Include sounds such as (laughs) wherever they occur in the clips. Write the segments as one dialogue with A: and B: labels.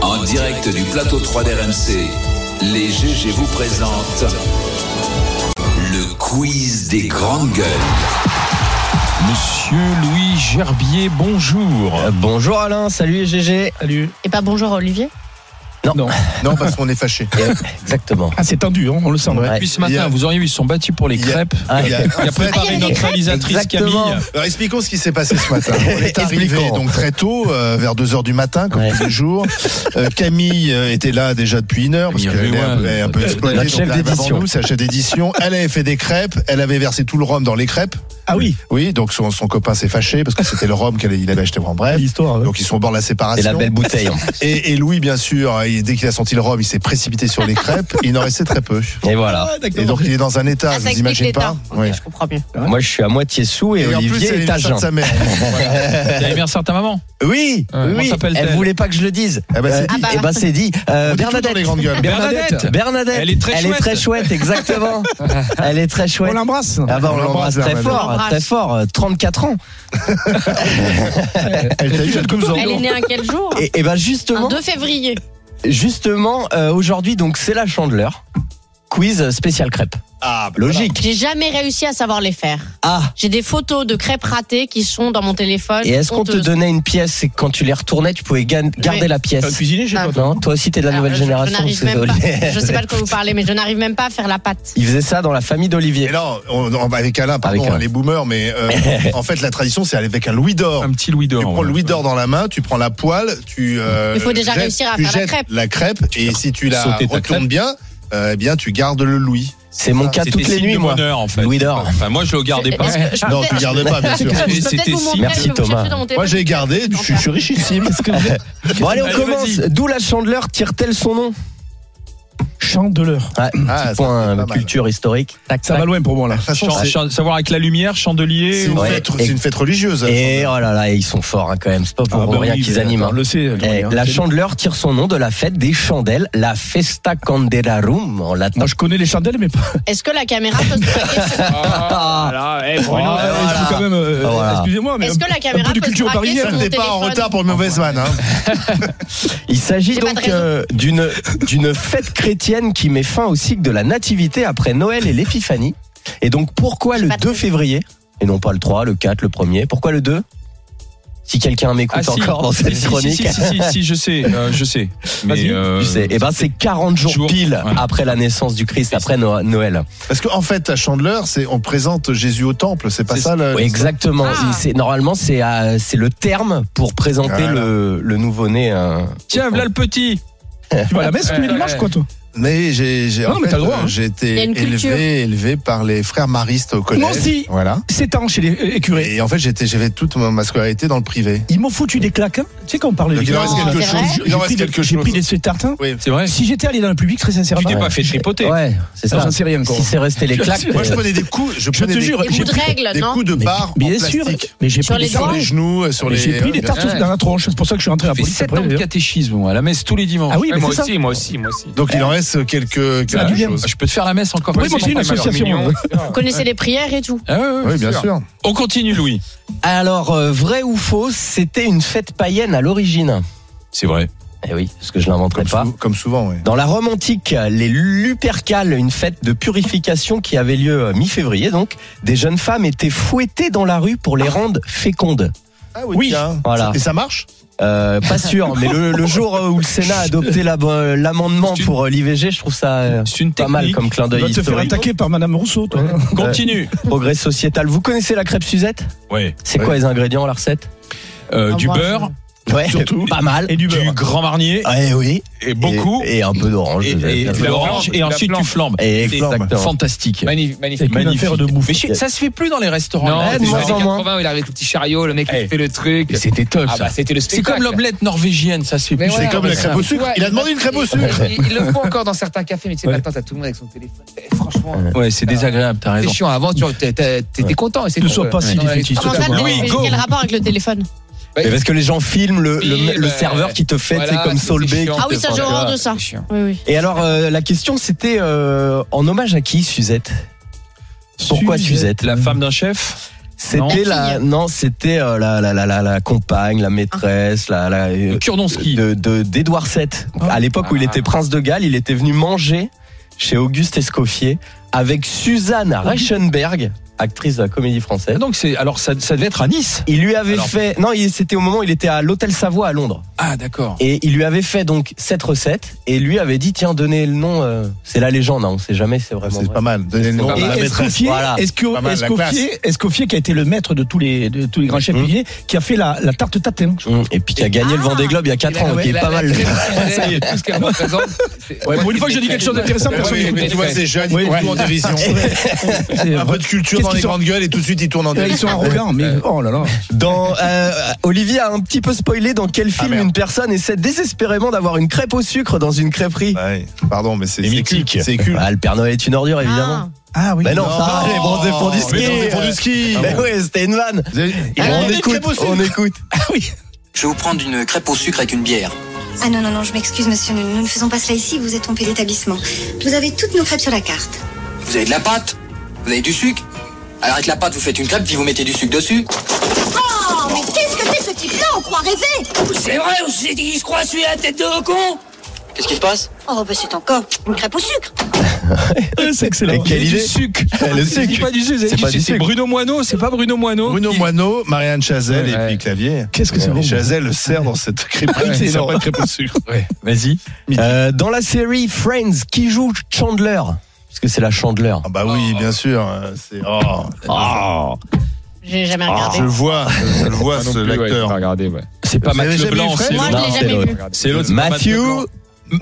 A: En direct du plateau 3 d'RMC, les GG vous présentent le quiz des grandes gueules.
B: Monsieur Louis Gerbier, bonjour.
C: Euh, Bonjour Alain, salut et GG.
D: Salut.
E: Et pas bonjour à Olivier
D: Non, parce qu'on est fâché.
C: Et, euh, Exactement.
D: Ah, c'est tendu, hein, on le sent. ouais.
C: Ouais.
B: Puis ce
F: Il y
B: matin,
F: a-
B: vous auriez vu, ils se sont battus pour les
F: Il y a-
B: crêpes.
C: Ah,
F: Il y a-
B: Il a préparé notre réalisatrice
D: (laughs)
B: Camille.
C: Exactement.
F: Alors, expliquons ce qui s'est passé ce matin. On est arrivé
C: Expliquons.
F: donc très tôt, euh, vers 2 heures du matin, comme
C: Ouais.
F: tous les jours. Euh, Camille euh, était là déjà depuis une heure, parce
B: Camille
F: qu'elle est un peu,
B: Ruin,
F: elle est un peu
B: notre
F: exploitée.
C: chef
F: donc, là,
C: d'édition.
F: avant nous, c'est la chef d'édition. Elle avait fait des crêpes, elle avait versé tout le rhum dans les crêpes.
D: Ah oui,
F: Oui, donc son, son copain s'est fâché parce que c'était le rhum qu'il avait acheté. En bref.
D: l'histoire. hein. ouais.
F: Donc ils sont au bord de la
C: Et la
F: séparation.
C: belle bouteille. hein.
F: Et, et Louis, bien sûr, euh, il- dès qu'il a senti le rhum, il s'est précipité sur les crêpes. Il en restait très peu.
C: Et voilà.
D: Ah, d'accord.
F: Et donc il est dans un état,
E: Ah,
F: vous
E: ça explique
F: imaginez
E: l'état.
F: pas
E: Ok,
F: Oui.
E: je comprends mieux.
C: Moi je suis à moitié sous et,
F: Et en plus, c'est
C: Olivier est à
F: l'anniversaire
C: jeun.
F: de sa mère.
B: Vous avez bien certain maman.
C: Oui,
B: Euh, comment
C: oui.
B: s'appelle-t-elle
C: Elle voulait pas que je le dise.
F: Eh ben,
C: Euh,
F: c'est dit.
E: Ah
C: eh
E: bah,
C: ben, c'est dit. Euh,
F: On dit tout
C: Bernadette.
F: dans les grandes gueules.
B: Bernadette.
C: Bernadette.
B: Elle est très chouette.
C: chouette, exactement. Elle est très
D: On
C: chouette.
D: l'embrasse.
C: Ah bah,
F: On
C: on l'embrasse
F: l'embrasse,
C: très
F: Bernadette.
C: fort,
E: L'embrasse.
C: très fort. euh, 34 ans.
F: Elle t'a eu il y a 12 ans.
E: Elle est née un quel jour
C: Et, et ben
E: Un
C: justement,
E: 2 février.
C: justement, euh, aujourd'hui donc c'est la chandeleur. Quiz spécial crêpe.
F: Ah, bah,
C: Logique.
E: J'ai jamais réussi à savoir les faire.
C: Ah.
E: J'ai des photos de crêpes ratées qui sont dans mon téléphone.
C: Et est-ce qu'on te
E: Honteuses.
C: donnait une pièce et que quand tu les retournais, tu pouvais ga- garder
E: Oui.
C: la
D: T'as
C: pièce
D: cuisiné chez
E: Ah.
D: toi toi
C: Non, toi aussi t'es de la
E: Alors,
C: nouvelle
E: je-
C: génération.
E: Je, n'arrive
C: c'est
E: même
C: Olivier.
E: pas. (laughs) Je sais pas de quoi vous parlez, mais je n'arrive même pas à faire la pâte.
C: (laughs) Il faisait ça dans la famille
F: Et
C: d'Olivier.
F: là, on, on- bah, avec Alain, pardon,
C: Avec Alain.
F: les boomers, mais euh, en fait, la tradition, c'est aller avec un louis d'or.
B: Un petit Louis
F: Tu prends
B: d'or.
F: le louis d'or dans la main, tu prends la poêle, tu. euh,
E: Il faut déjà
F: jettes-
E: réussir à
F: tu
E: faire la
F: jettes
E: crêpe.
F: La crêpe, et si tu la
B: Sauter ta
F: retournes
B: crêpe.
F: bien, euh, eh bien, tu gardes le louis.
C: C'est mon cas
B: C'était
C: toutes les
B: signe
C: nuits,
B: de
C: moi.
B: bonheur, en fait.
C: Louis d'or.
B: Enfin, moi, je le gardais pas.
E: Est-ce que je peux
F: Non, tu
E: peut-être-
F: gardes pas,
E: (laughs)
F: bien sûr.
E: Je peux peut-être
B: C'était
E: vous
B: si-
E: montrer,
C: Merci,
E: je vais vous
C: Thomas.
E: chercher dans mon
F: Moi,
E: téléphone.
F: j'ai gardé, je suis, je suis richissime.
C: Bon, allez, on
B: Allez,
C: commence.
B: vas-y.
C: D'où la chandeleur tire-t-elle son nom
D: Chandeleur.
C: Ouais,
F: Ah,
C: Petit
F: ça, c'est pas
C: point
F: mal.
C: euh, culture historique. Tac,
D: Ça
C: tac.
D: va loin pour moi
F: De
D: là.
F: toute façon,
B: Ah, Chan-
F: c'est-
B: chan- savoir avec la lumière,
F: c'est
B: chandelier.
F: une,
B: ou-
C: Ouais.
F: fête- c'est une fête religieuse.
C: Et oh là là, ils sont forts hein, quand même. C'est pas pour
D: Ah, bah
C: rien
D: oui,
C: qu'ils
D: mais
C: animent.
B: euh,
D: attends,
C: hein.
D: Le sait. le
C: Eh,
D: doigt, hein.
C: la
D: C'est-
C: chandeleur tire son nom de la fête des chandelles, la Festa Candelarum en latin.
D: Moi je connais les chandelles, mais pas.
E: Est-ce que la caméra peut se braquer sur-
C: Ah,
B: Voilà, eh,
D: Oh,
B: Bruno,
C: voilà.
D: il se trouve quand même. euh,
C: Ah, voilà.
D: Excusez-moi, mais.
E: Est-ce que la caméra
D: de
E: peut se
D: culture
E: braquer
D: parisienne.
E: sur
F: Ça,
E: mon
F: t'es pas en
E: téléphone
F: retard pour une mauvaise vanne. Hein.
C: Il s'agit
E: J'ai pas
C: donc
E: de raison.
C: euh, d'une d'une fête chrétienne qui met fin au cycle de la nativité après Noël et l'Épiphanie. Et donc pourquoi le
E: pas de
C: 2
E: raison.
C: février et non pas le 3, le 4, le 1er Pourquoi le 2 Si quelqu'un m'écoute
B: Ah, si.
C: encore dans cette
B: Si, si, si,
C: chronique.
B: Si, si,
C: (laughs)
B: si, si, je sais, euh,
D: (laughs)
B: je sais.
C: Vas-y.
B: Mais, euh,
C: tu sais, eh ben c'est 40 jours
B: jours.
C: pile
B: Ouais.
C: après la naissance du Christ, après No- Noël.
F: Parce qu'en fait, à Chandeleur, c'est on présente Jésus au temple. C'est pas
B: C'est-
F: ça le.
C: Ouais, exactement.
E: Ah.
C: C'est- Normalement, c'est euh, c'est le terme pour présenter
F: Voilà.
C: le, le nouveau-né. euh,
B: Tiens, voilà
D: (laughs)
B: le petit.
D: Tu vas à la messe tous les
B: Ouais,
D: dimanches,
B: ouais.
D: quoi, toi
F: Mais j'ai, j'ai,
D: Non,
F: en
D: mais
F: fait,
D: t'as le droit,
F: euh,
D: hein.
F: j'ai
E: Il y a
F: été
E: une culture.
F: élevé, élevé par les frères maristes au collège.
D: Moi aussi.
F: Voilà.
D: 7 ans chez les euh, curés.
F: Et en fait, j'étais, j'avais toute ma ma scolarité dans le privé.
D: Ils m'ont foutu des claques. hein. Tu sais, quand on parlait
F: Donc,
D: des
F: il en
D: claques,
F: reste
E: Non,
F: quelque
E: c'est
F: chose.
E: vrai
F: Il
D: j'ai
F: en
D: pris
F: reste
D: des-
F: quelque
D: j'ai
F: chose.
D: pris des tartins.
F: Oui.
B: C'est vrai.
D: Si j'étais allé dans le public, très
B: Tu
D: sincèrement.
B: t'es pas fait tripoter.
C: Ouais, c'est
D: Ça,
C: ça.
D: J'en sais rien, quoi.
C: Si c'est resté les claques. euh,
F: Moi, je prenais des coups. Je
D: Je
F: prenais
D: te
F: des,
D: jure,
E: Des bouts de règles,
F: des
E: non
F: coups de barre en
D: Bien sûr.
F: plastique.
D: Mais j'ai
E: Sur
D: pris
E: les
D: des
F: Sur les
D: tartes.
F: genoux, euh, sur
D: Mais
F: les.
D: J'ai pris des tartes
B: Ouais.
D: dans la tronche. C'est pour ça que je suis rentré à la
B: J'ai fait
D: police.
B: 7
D: après,
B: Ah. ans de
D: d'ailleurs.
B: catéchisme, moi, à la messe tous les dimanches.
D: Ah oui, mais
B: moi
D: c'est ça.
B: aussi, moi aussi, moi aussi.
F: Donc, il en reste quelque,
D: Ah,
F: quelque
D: bien.
F: chose.
B: Je peux te faire la messe encore
D: Oui,
B: plus.
D: mais c'est une association, Ah,
B: Millions,
D: ouais.
B: etc.
E: Vous connaissez les prières et tout.
B: Ah ouais, ouais,
F: Oui, bien sûr.
B: On continue, Louis.
C: Alors, euh, vrai ou faux, c'était une fête païenne à l'origine
B: C'est vrai.
C: Eh oui, parce que je l'inventerai
F: Comme,
C: pas.
F: sou- comme souvent, oui.
C: Dans la Rome antique, les Lupercales, une fête de purification qui avait lieu euh, mi-février donc, des jeunes femmes étaient fouettées dans la rue pour les rendre fécondes.
F: Ah
D: Oui.
F: tiens.
C: Voilà.
F: Et ça marche
C: Euh, pas
E: (laughs)
C: sûr, mais le, le jour euh, où le Sénat a adopté la- euh, l'amendement
B: C'est une-
C: pour euh, l'IVG, je trouve ça euh,
B: C'est une
C: pas mal
B: technique.
C: comme clin
D: Tu
C: d'œil
D: vas te faire
C: historique.
D: attaquer par Madame Rousseau, toi.
B: Continue.
C: Progrès sociétal. Vous connaissez la crêpe Suzette
B: Ouais.
C: C'est
F: Ouais.
C: quoi les ingrédients, la recette
B: Euh,
E: Ah,
B: du
E: moi,
B: beurre,
C: Ouais,
D: Surtout.
C: Pas mal.
D: Et du beurre.
B: Du grand marnier
C: Ouais, oui.
B: et beaucoup.
C: Et, et un peu d'orange.
B: Et, et, de
C: Exactement.
B: l'orange, et
G: la
B: ensuite
G: flambe.
B: tu flambes.
C: Et
B: C'est
C: flambe.
B: exactement. Fantastique.
G: Magnifique.
D: C'est
G: magnifique.
D: qu'une
B: magnifique.
D: affaire de bouffe.
B: Mais je- ça se fait plus dans les restaurants.
G: Non,
B: là,
C: de
G: c'est
B: déjà.
C: moins
G: les
C: en
G: années
C: moins.
G: 80, il arrive avec le petit chariot, le mec
B: Eh.
G: qui fait le truc.
B: Mais C'était top
G: Ah bah c'était le
B: C'est
G: spectacle.
B: comme l'omelette norvégienne, ça se fait
G: Mais
B: plus.
G: voilà,
F: comme la
G: c'est
F: crêpe
G: ça.
F: au sucre.
G: Ouais,
F: Il a demandé une crêpe au sucre.
G: il- il- il le faut encore dans certains cafés, mais tu sais, maintenant t'as tout le monde avec son téléphone. Eh, Franchement,
B: Ouais, c'est désagréable, t'as
G: c'est
B: raison.
G: chiant. Avant, tu étais content. et c'est
D: Ne
G: tout.
D: sois pas si
G: Dans la-
D: défaitiste.
G: dans
E: Comment
G: la-
E: ça,
G: dans la-
B: Louis,
E: t'as-
B: go.
E: quel rapport avec le téléphone
C: Mais parce que les gens filment le, le-
G: Oui,
C: le
G: bah,
C: serveur qui te fait,
G: Voilà,
C: c'est comme
G: c'est
C: Solbay.
G: chiant,
E: Ah oui, ça,
G: c'est
E: j'ai horreur
G: pas-
E: de ça.
G: c'est chiant.
E: Oui, oui.
C: Et alors, euh, la question, c'était euh, en hommage à qui, Suzette Pourquoi Suzette
B: La femme d'un chef
C: C'était la, non, c'était euh, la, la, la, la, la compagne, la maîtresse, la, la euh,
B: Kurdonski.
C: de de- d'Édouard VII.
B: Oh.
C: À l'époque où il
G: Ah.
C: était prince de Galles, il était venu manger chez Auguste Escoffier avec Suzanne Reichenberg, actrice de la Comédie Française.
B: Donc Ah c'est alors ça, ça devait être à Nice.
C: Il lui avait
B: Alors-
C: fait, non, il- c'était au moment où il était à l'hôtel Savoie à Londres.
B: Ah d'accord.
C: Et il lui avait fait donc cette recette et lui avait dit tiens donnez le nom euh, c'est la légende hein, on sait jamais c'est vraiment
F: C'est
C: vrai.
F: pas mal. Donnez le nom
C: pas
F: à
D: Et
F: Ah bah, la maîtresse.
D: Escoffier,
C: voilà.
D: Esco-
F: Pas mal, la
D: Escoffier, Escoffier qui a été le maître de tous les, de tous les grands chefs
C: Mmh.
D: cuisiniers, qui a fait la, la tarte tatin.
C: Mmh, et puis qui a gagné le Vendée Globe il y a 4
G: Ah. Il a-
C: ans qui
G: il
C: est
G: a-
C: pas
G: la
C: mal
G: crêpe Suzette,
D: Ça y est.
G: tout ce qu'elle représente. c'est-
D: Ouais, pour une fois que je dis
G: c'est
D: quelque chose
C: (laughs)
G: très-
D: d'intéressant, personne
G: Ouais,
D: ne
G: mais
F: Tu vois, ces jeunes, ils
D: Ouais.
F: tournent en dérision.
D: (laughs) C'est-
F: Un peu de culture
D: Qu'est-ce
F: dans les
D: qu'ils sont-
F: grandes gueules et tout de suite, ils tournent en
D: Ils
F: dérision.
D: sont arrogants, mais oh là là.
C: dans euh, Olivier a un petit peu spoilé dans
D: Ah,
C: quel film
F: merde.
C: une personne essaie désespérément d'avoir une crêpe au sucre dans une crêperie
F: Ouais, Pardon, mais c'est
B: Les
F: c'est
B: mythiques.
F: culte, C'est culte.
C: Ah, le Père Noël est une ordure évidemment
D: Ah oui.
C: mais non, ça va, les bronzés font du ski
F: Mais non, c'est pour du ski.
C: euh, mais ouais c'était une vanne
F: Vous avez-
C: on,
F: Ah, les
C: écoute
F: crêpes au sucre.
C: on écoute (laughs)
H: Je vais vous prendre une crêpe au sucre avec une bière.
I: Ah non, non, non, je m'excuse, monsieur. Nous, nous ne faisons pas cela ici. Vous êtes trompé d'établissement. Vous avez toutes nos crêpes sur la carte.
H: Vous avez de la pâte Vous avez du sucre Alors avec la pâte, vous faites une crêpe, puis vous mettez du sucre dessus.
I: Oh, mais qu'est-ce que c'est ce type-là On croit rêver
H: C'est vrai, il se croit celui à tête de con Qu'est-ce qui se passe
I: Oh, bah c'est encore une crêpe au sucre.
D: c'est
C: Mais
D: excellent.
C: quelle
B: Du
C: idée
B: sucre.
C: le
B: C'est
C: sucre
B: pas du sucre.
C: C'est
B: C'est
C: pas du
B: c'est
C: sucre.
B: Bruno Moineau. C'est pas Bruno Moineau.
F: Bruno
B: qui-
F: Moineau, Marianne Chazelle
G: Ouais.
F: et puis Clavier.
D: Qu'est-ce que c'est bon.
F: Chazelle sert dans cette crêperie.
C: Ouais,
F: qui
C: c'est
F: sert
C: énorme.
F: pas de crêpe au sucre.
C: vas-y Euh, dans la série Friends qui joue Chandler parce que c'est la Chandler
F: Ah bah oui, bien sûr. euh, C'est. Oh.
B: Ah.
E: J'ai jamais
F: Ah, Je
E: regardé.
F: vois, je le vois,
G: Pas non
F: ce-
G: plus, Ah, ouais,
F: l'acteur.
G: pas regardé, ouais.
B: C'est pas
F: Vous avez
B: Mathieu
F: jamais
B: Blanc.
F: eu
B: c'est
F: Fred
E: Moi, je
C: Non,
E: l'ai
C: c'est
E: jamais
C: l'autre.
E: vu.
B: C'est l'autre. c'est pas
C: Matthew
B: Mathieu Blanc.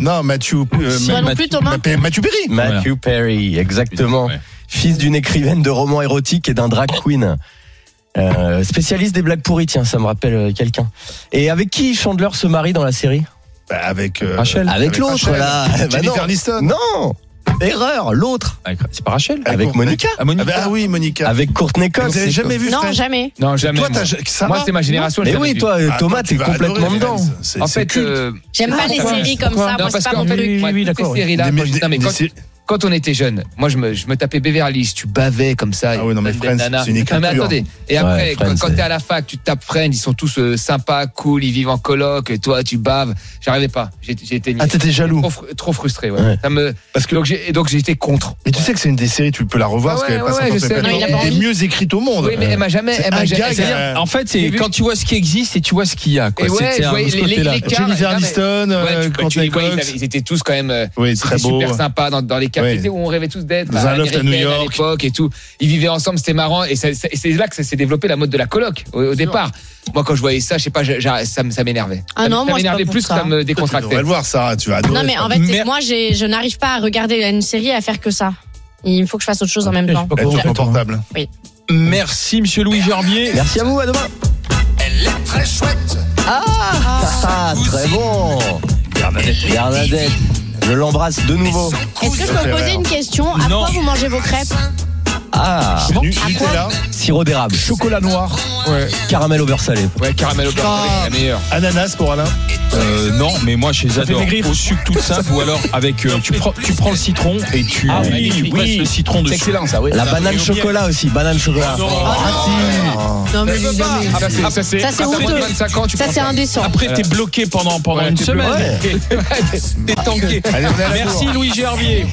F: non, Mathieu. euh,
E: Toi non plus, Thomas
F: Mathieu- Mathieu Perry.
C: Matthew Perry, exactement.
B: Ouais.
C: Fils d'une écrivaine de romans érotiques et d'un drag queen. Euh, spécialiste des blagues pourries, tiens, ça me rappelle euh, quelqu'un. Et avec qui Chandler se marie dans la série
F: Bah, Avec. euh,
B: Rachel.
C: Avec l'autre,
F: Rachel.
C: là. Bah non.
F: (laughs) Jennifer Aniston.
C: Non Erreur, l'autre.
B: Avec- C'est pas Rachel.
F: Avec
C: Avec Monica
B: Ah, Monica.
F: Ah bah, ah oui, Monica.
C: Avec Courtney Cox
F: Vous avez jamais vu
E: Non,
F: Friends
E: jamais.
G: Non, jamais.
F: Toi,
G: moi.
F: t'as. ça
G: Moi,
F: va
G: c'est ma génération.
C: Mais
G: je l'avais
C: oui,
G: vu.
C: toi,
F: Attends,
C: Thomas, t'es
F: tu vas adorer
C: complètement
F: Friends.
C: dedans.
F: C'est-
G: En
F: c'est
G: fait,
F: culte.
G: euh,
E: J'aime pas les
G: pourquoi
E: séries comme
G: pourquoi
E: ça.
G: Non,
E: Moi, c'est
G: parce
E: pas
G: qu'en
E: mon
G: fait,
E: truc.
G: moi,
D: oui,
G: toutes
D: d'accord,
G: ces
D: oui.
G: séries-là,
F: Des-
G: moi, je-
F: des-
G: non, mais
F: des
G: quand-
F: séries-
G: quand on était jeune, moi je me, je me tapais Beverly Hills, tu bavais comme ça.
F: Ah oui, non, mais
G: Nan,
F: Friends,
G: nan, nan.
F: c'est une
G: Non, mais
F: écriture.
G: attendez. Et après,
C: Ouais,
G: quand-
C: Friends,
G: quand,
C: c'est-
G: t'es à la fac, tu te tapes Friends, ils sont tous euh, sympas, cool, ils vivent en coloc, et toi tu baves. J'arrivais pas. J'ai j'ai été niais.
F: Ah, t'étais jaloux.
G: trop, fru- trop frustré, ouais.
C: Ouais.
G: Ça me,
F: Parce que.
G: donc j'ai- et donc j'étais contre.
F: Mais tu sais que c'est une des séries, tu peux la revoir
G: Ah
F: parce
G: ouais,
F: qu'elle
G: ouais,
F: passe
G: ouais, je sais.
E: Non, il a pas
F: Elle est
E: envie.
F: mieux écrite au monde.
G: Oui, mais elle m'a jamais, elle m'a
F: un
G: jamais.
F: gag,
G: c'est-à-dire,
F: euh,
B: En fait,
G: J'ai
B: c'est
G: vu-
B: quand tu vois ce qui existe et tu vois ce qu'il y a. Quoi.
G: Et ouais,
B: C'était
G: je
B: un-
G: voyais
B: de ce
G: les- les-
B: côté-là.
G: les-
F: Jennifer
G: Non, mais-
F: Aniston,
G: Ouais,
F: euh,
G: tu- tu les
F: Courtney
G: voyais, ils avaient-
F: Cox.
G: ils étaient tous quand même. euh,
F: Oui,
G: C'était
F: très beau.
G: super sympa dans, dans les
F: Ouais.
G: cafés tu sais, où on rêvait tous d'être.
F: Dans
G: bah,
F: un loft à
G: américaine
F: New York.
G: À l'époque et tout. Ils vivaient ensemble, c'était marrant. Et, ça- ça- et c'est là que ça s'est développé la mode de la coloc au, au départ. Moi, quand je voyais ça, je sais pas, je- je- ça, me- ça m'énervait.
E: Ah
G: Ça me-
E: non,
G: ça
E: moi, c'est
G: m'énervait
E: pas pour
G: plus
E: ça.
G: que ça me
F: Tu devrais
G: décontractait.
F: le voir, Sarah, tu vas adorer.
E: Non, mais en fait,
B: Merde.
E: c'est- moi, j'ai- je n'arrive pas à regarder une série et à faire que ça. Il faut que Ah, je fasse autre chose en même temps.
F: Elle tourne au portable.
B: Merci, monsieur Louis Gerbier.
C: Merci à vous, à demain.
A: Elle est très chouette.
C: Ah, très bon. Bernadette. Bernadette. Je l'embrasse de nouveau.
E: Est-ce que je peux poser une question À
B: Non.
E: quoi vous mangez vos crêpes
C: Ah,
F: C'est nu-
E: À
F: Nutella,
C: sirop d'érable,
D: Chocolat noir.
G: Ouais,
C: caramel au beurre salé.
G: ouais, caramel au beurre,
F: Ah.
G: c'est la meilleure.
F: ananas pour Alain.
B: Euh, non, mais moi, je les adore. Au sucre tout simple ou alors avec. euh, tu, prends, tu prends le citron et tu.
D: Ah oui,
B: et tu
D: oui.
B: presses le citron dessus.
D: ça, oui.
C: La banane chocolat aussi, banane chocolat.
E: Oh, Non, mais jamais.
G: Ah, bah, c'est- ça, c'est
E: Ça, c'est
G: après
E: honteux.
G: 25 ans, tu
E: Ça,
G: prends
E: c'est indécent.
B: Après, t'es bloqué pendant, pendant
G: Ouais,
B: une
G: t'es bloqué.
B: semaine. (laughs) T'es- T'es tanké.
F: Allez, on est à la
B: Merci, Louis Gerbier.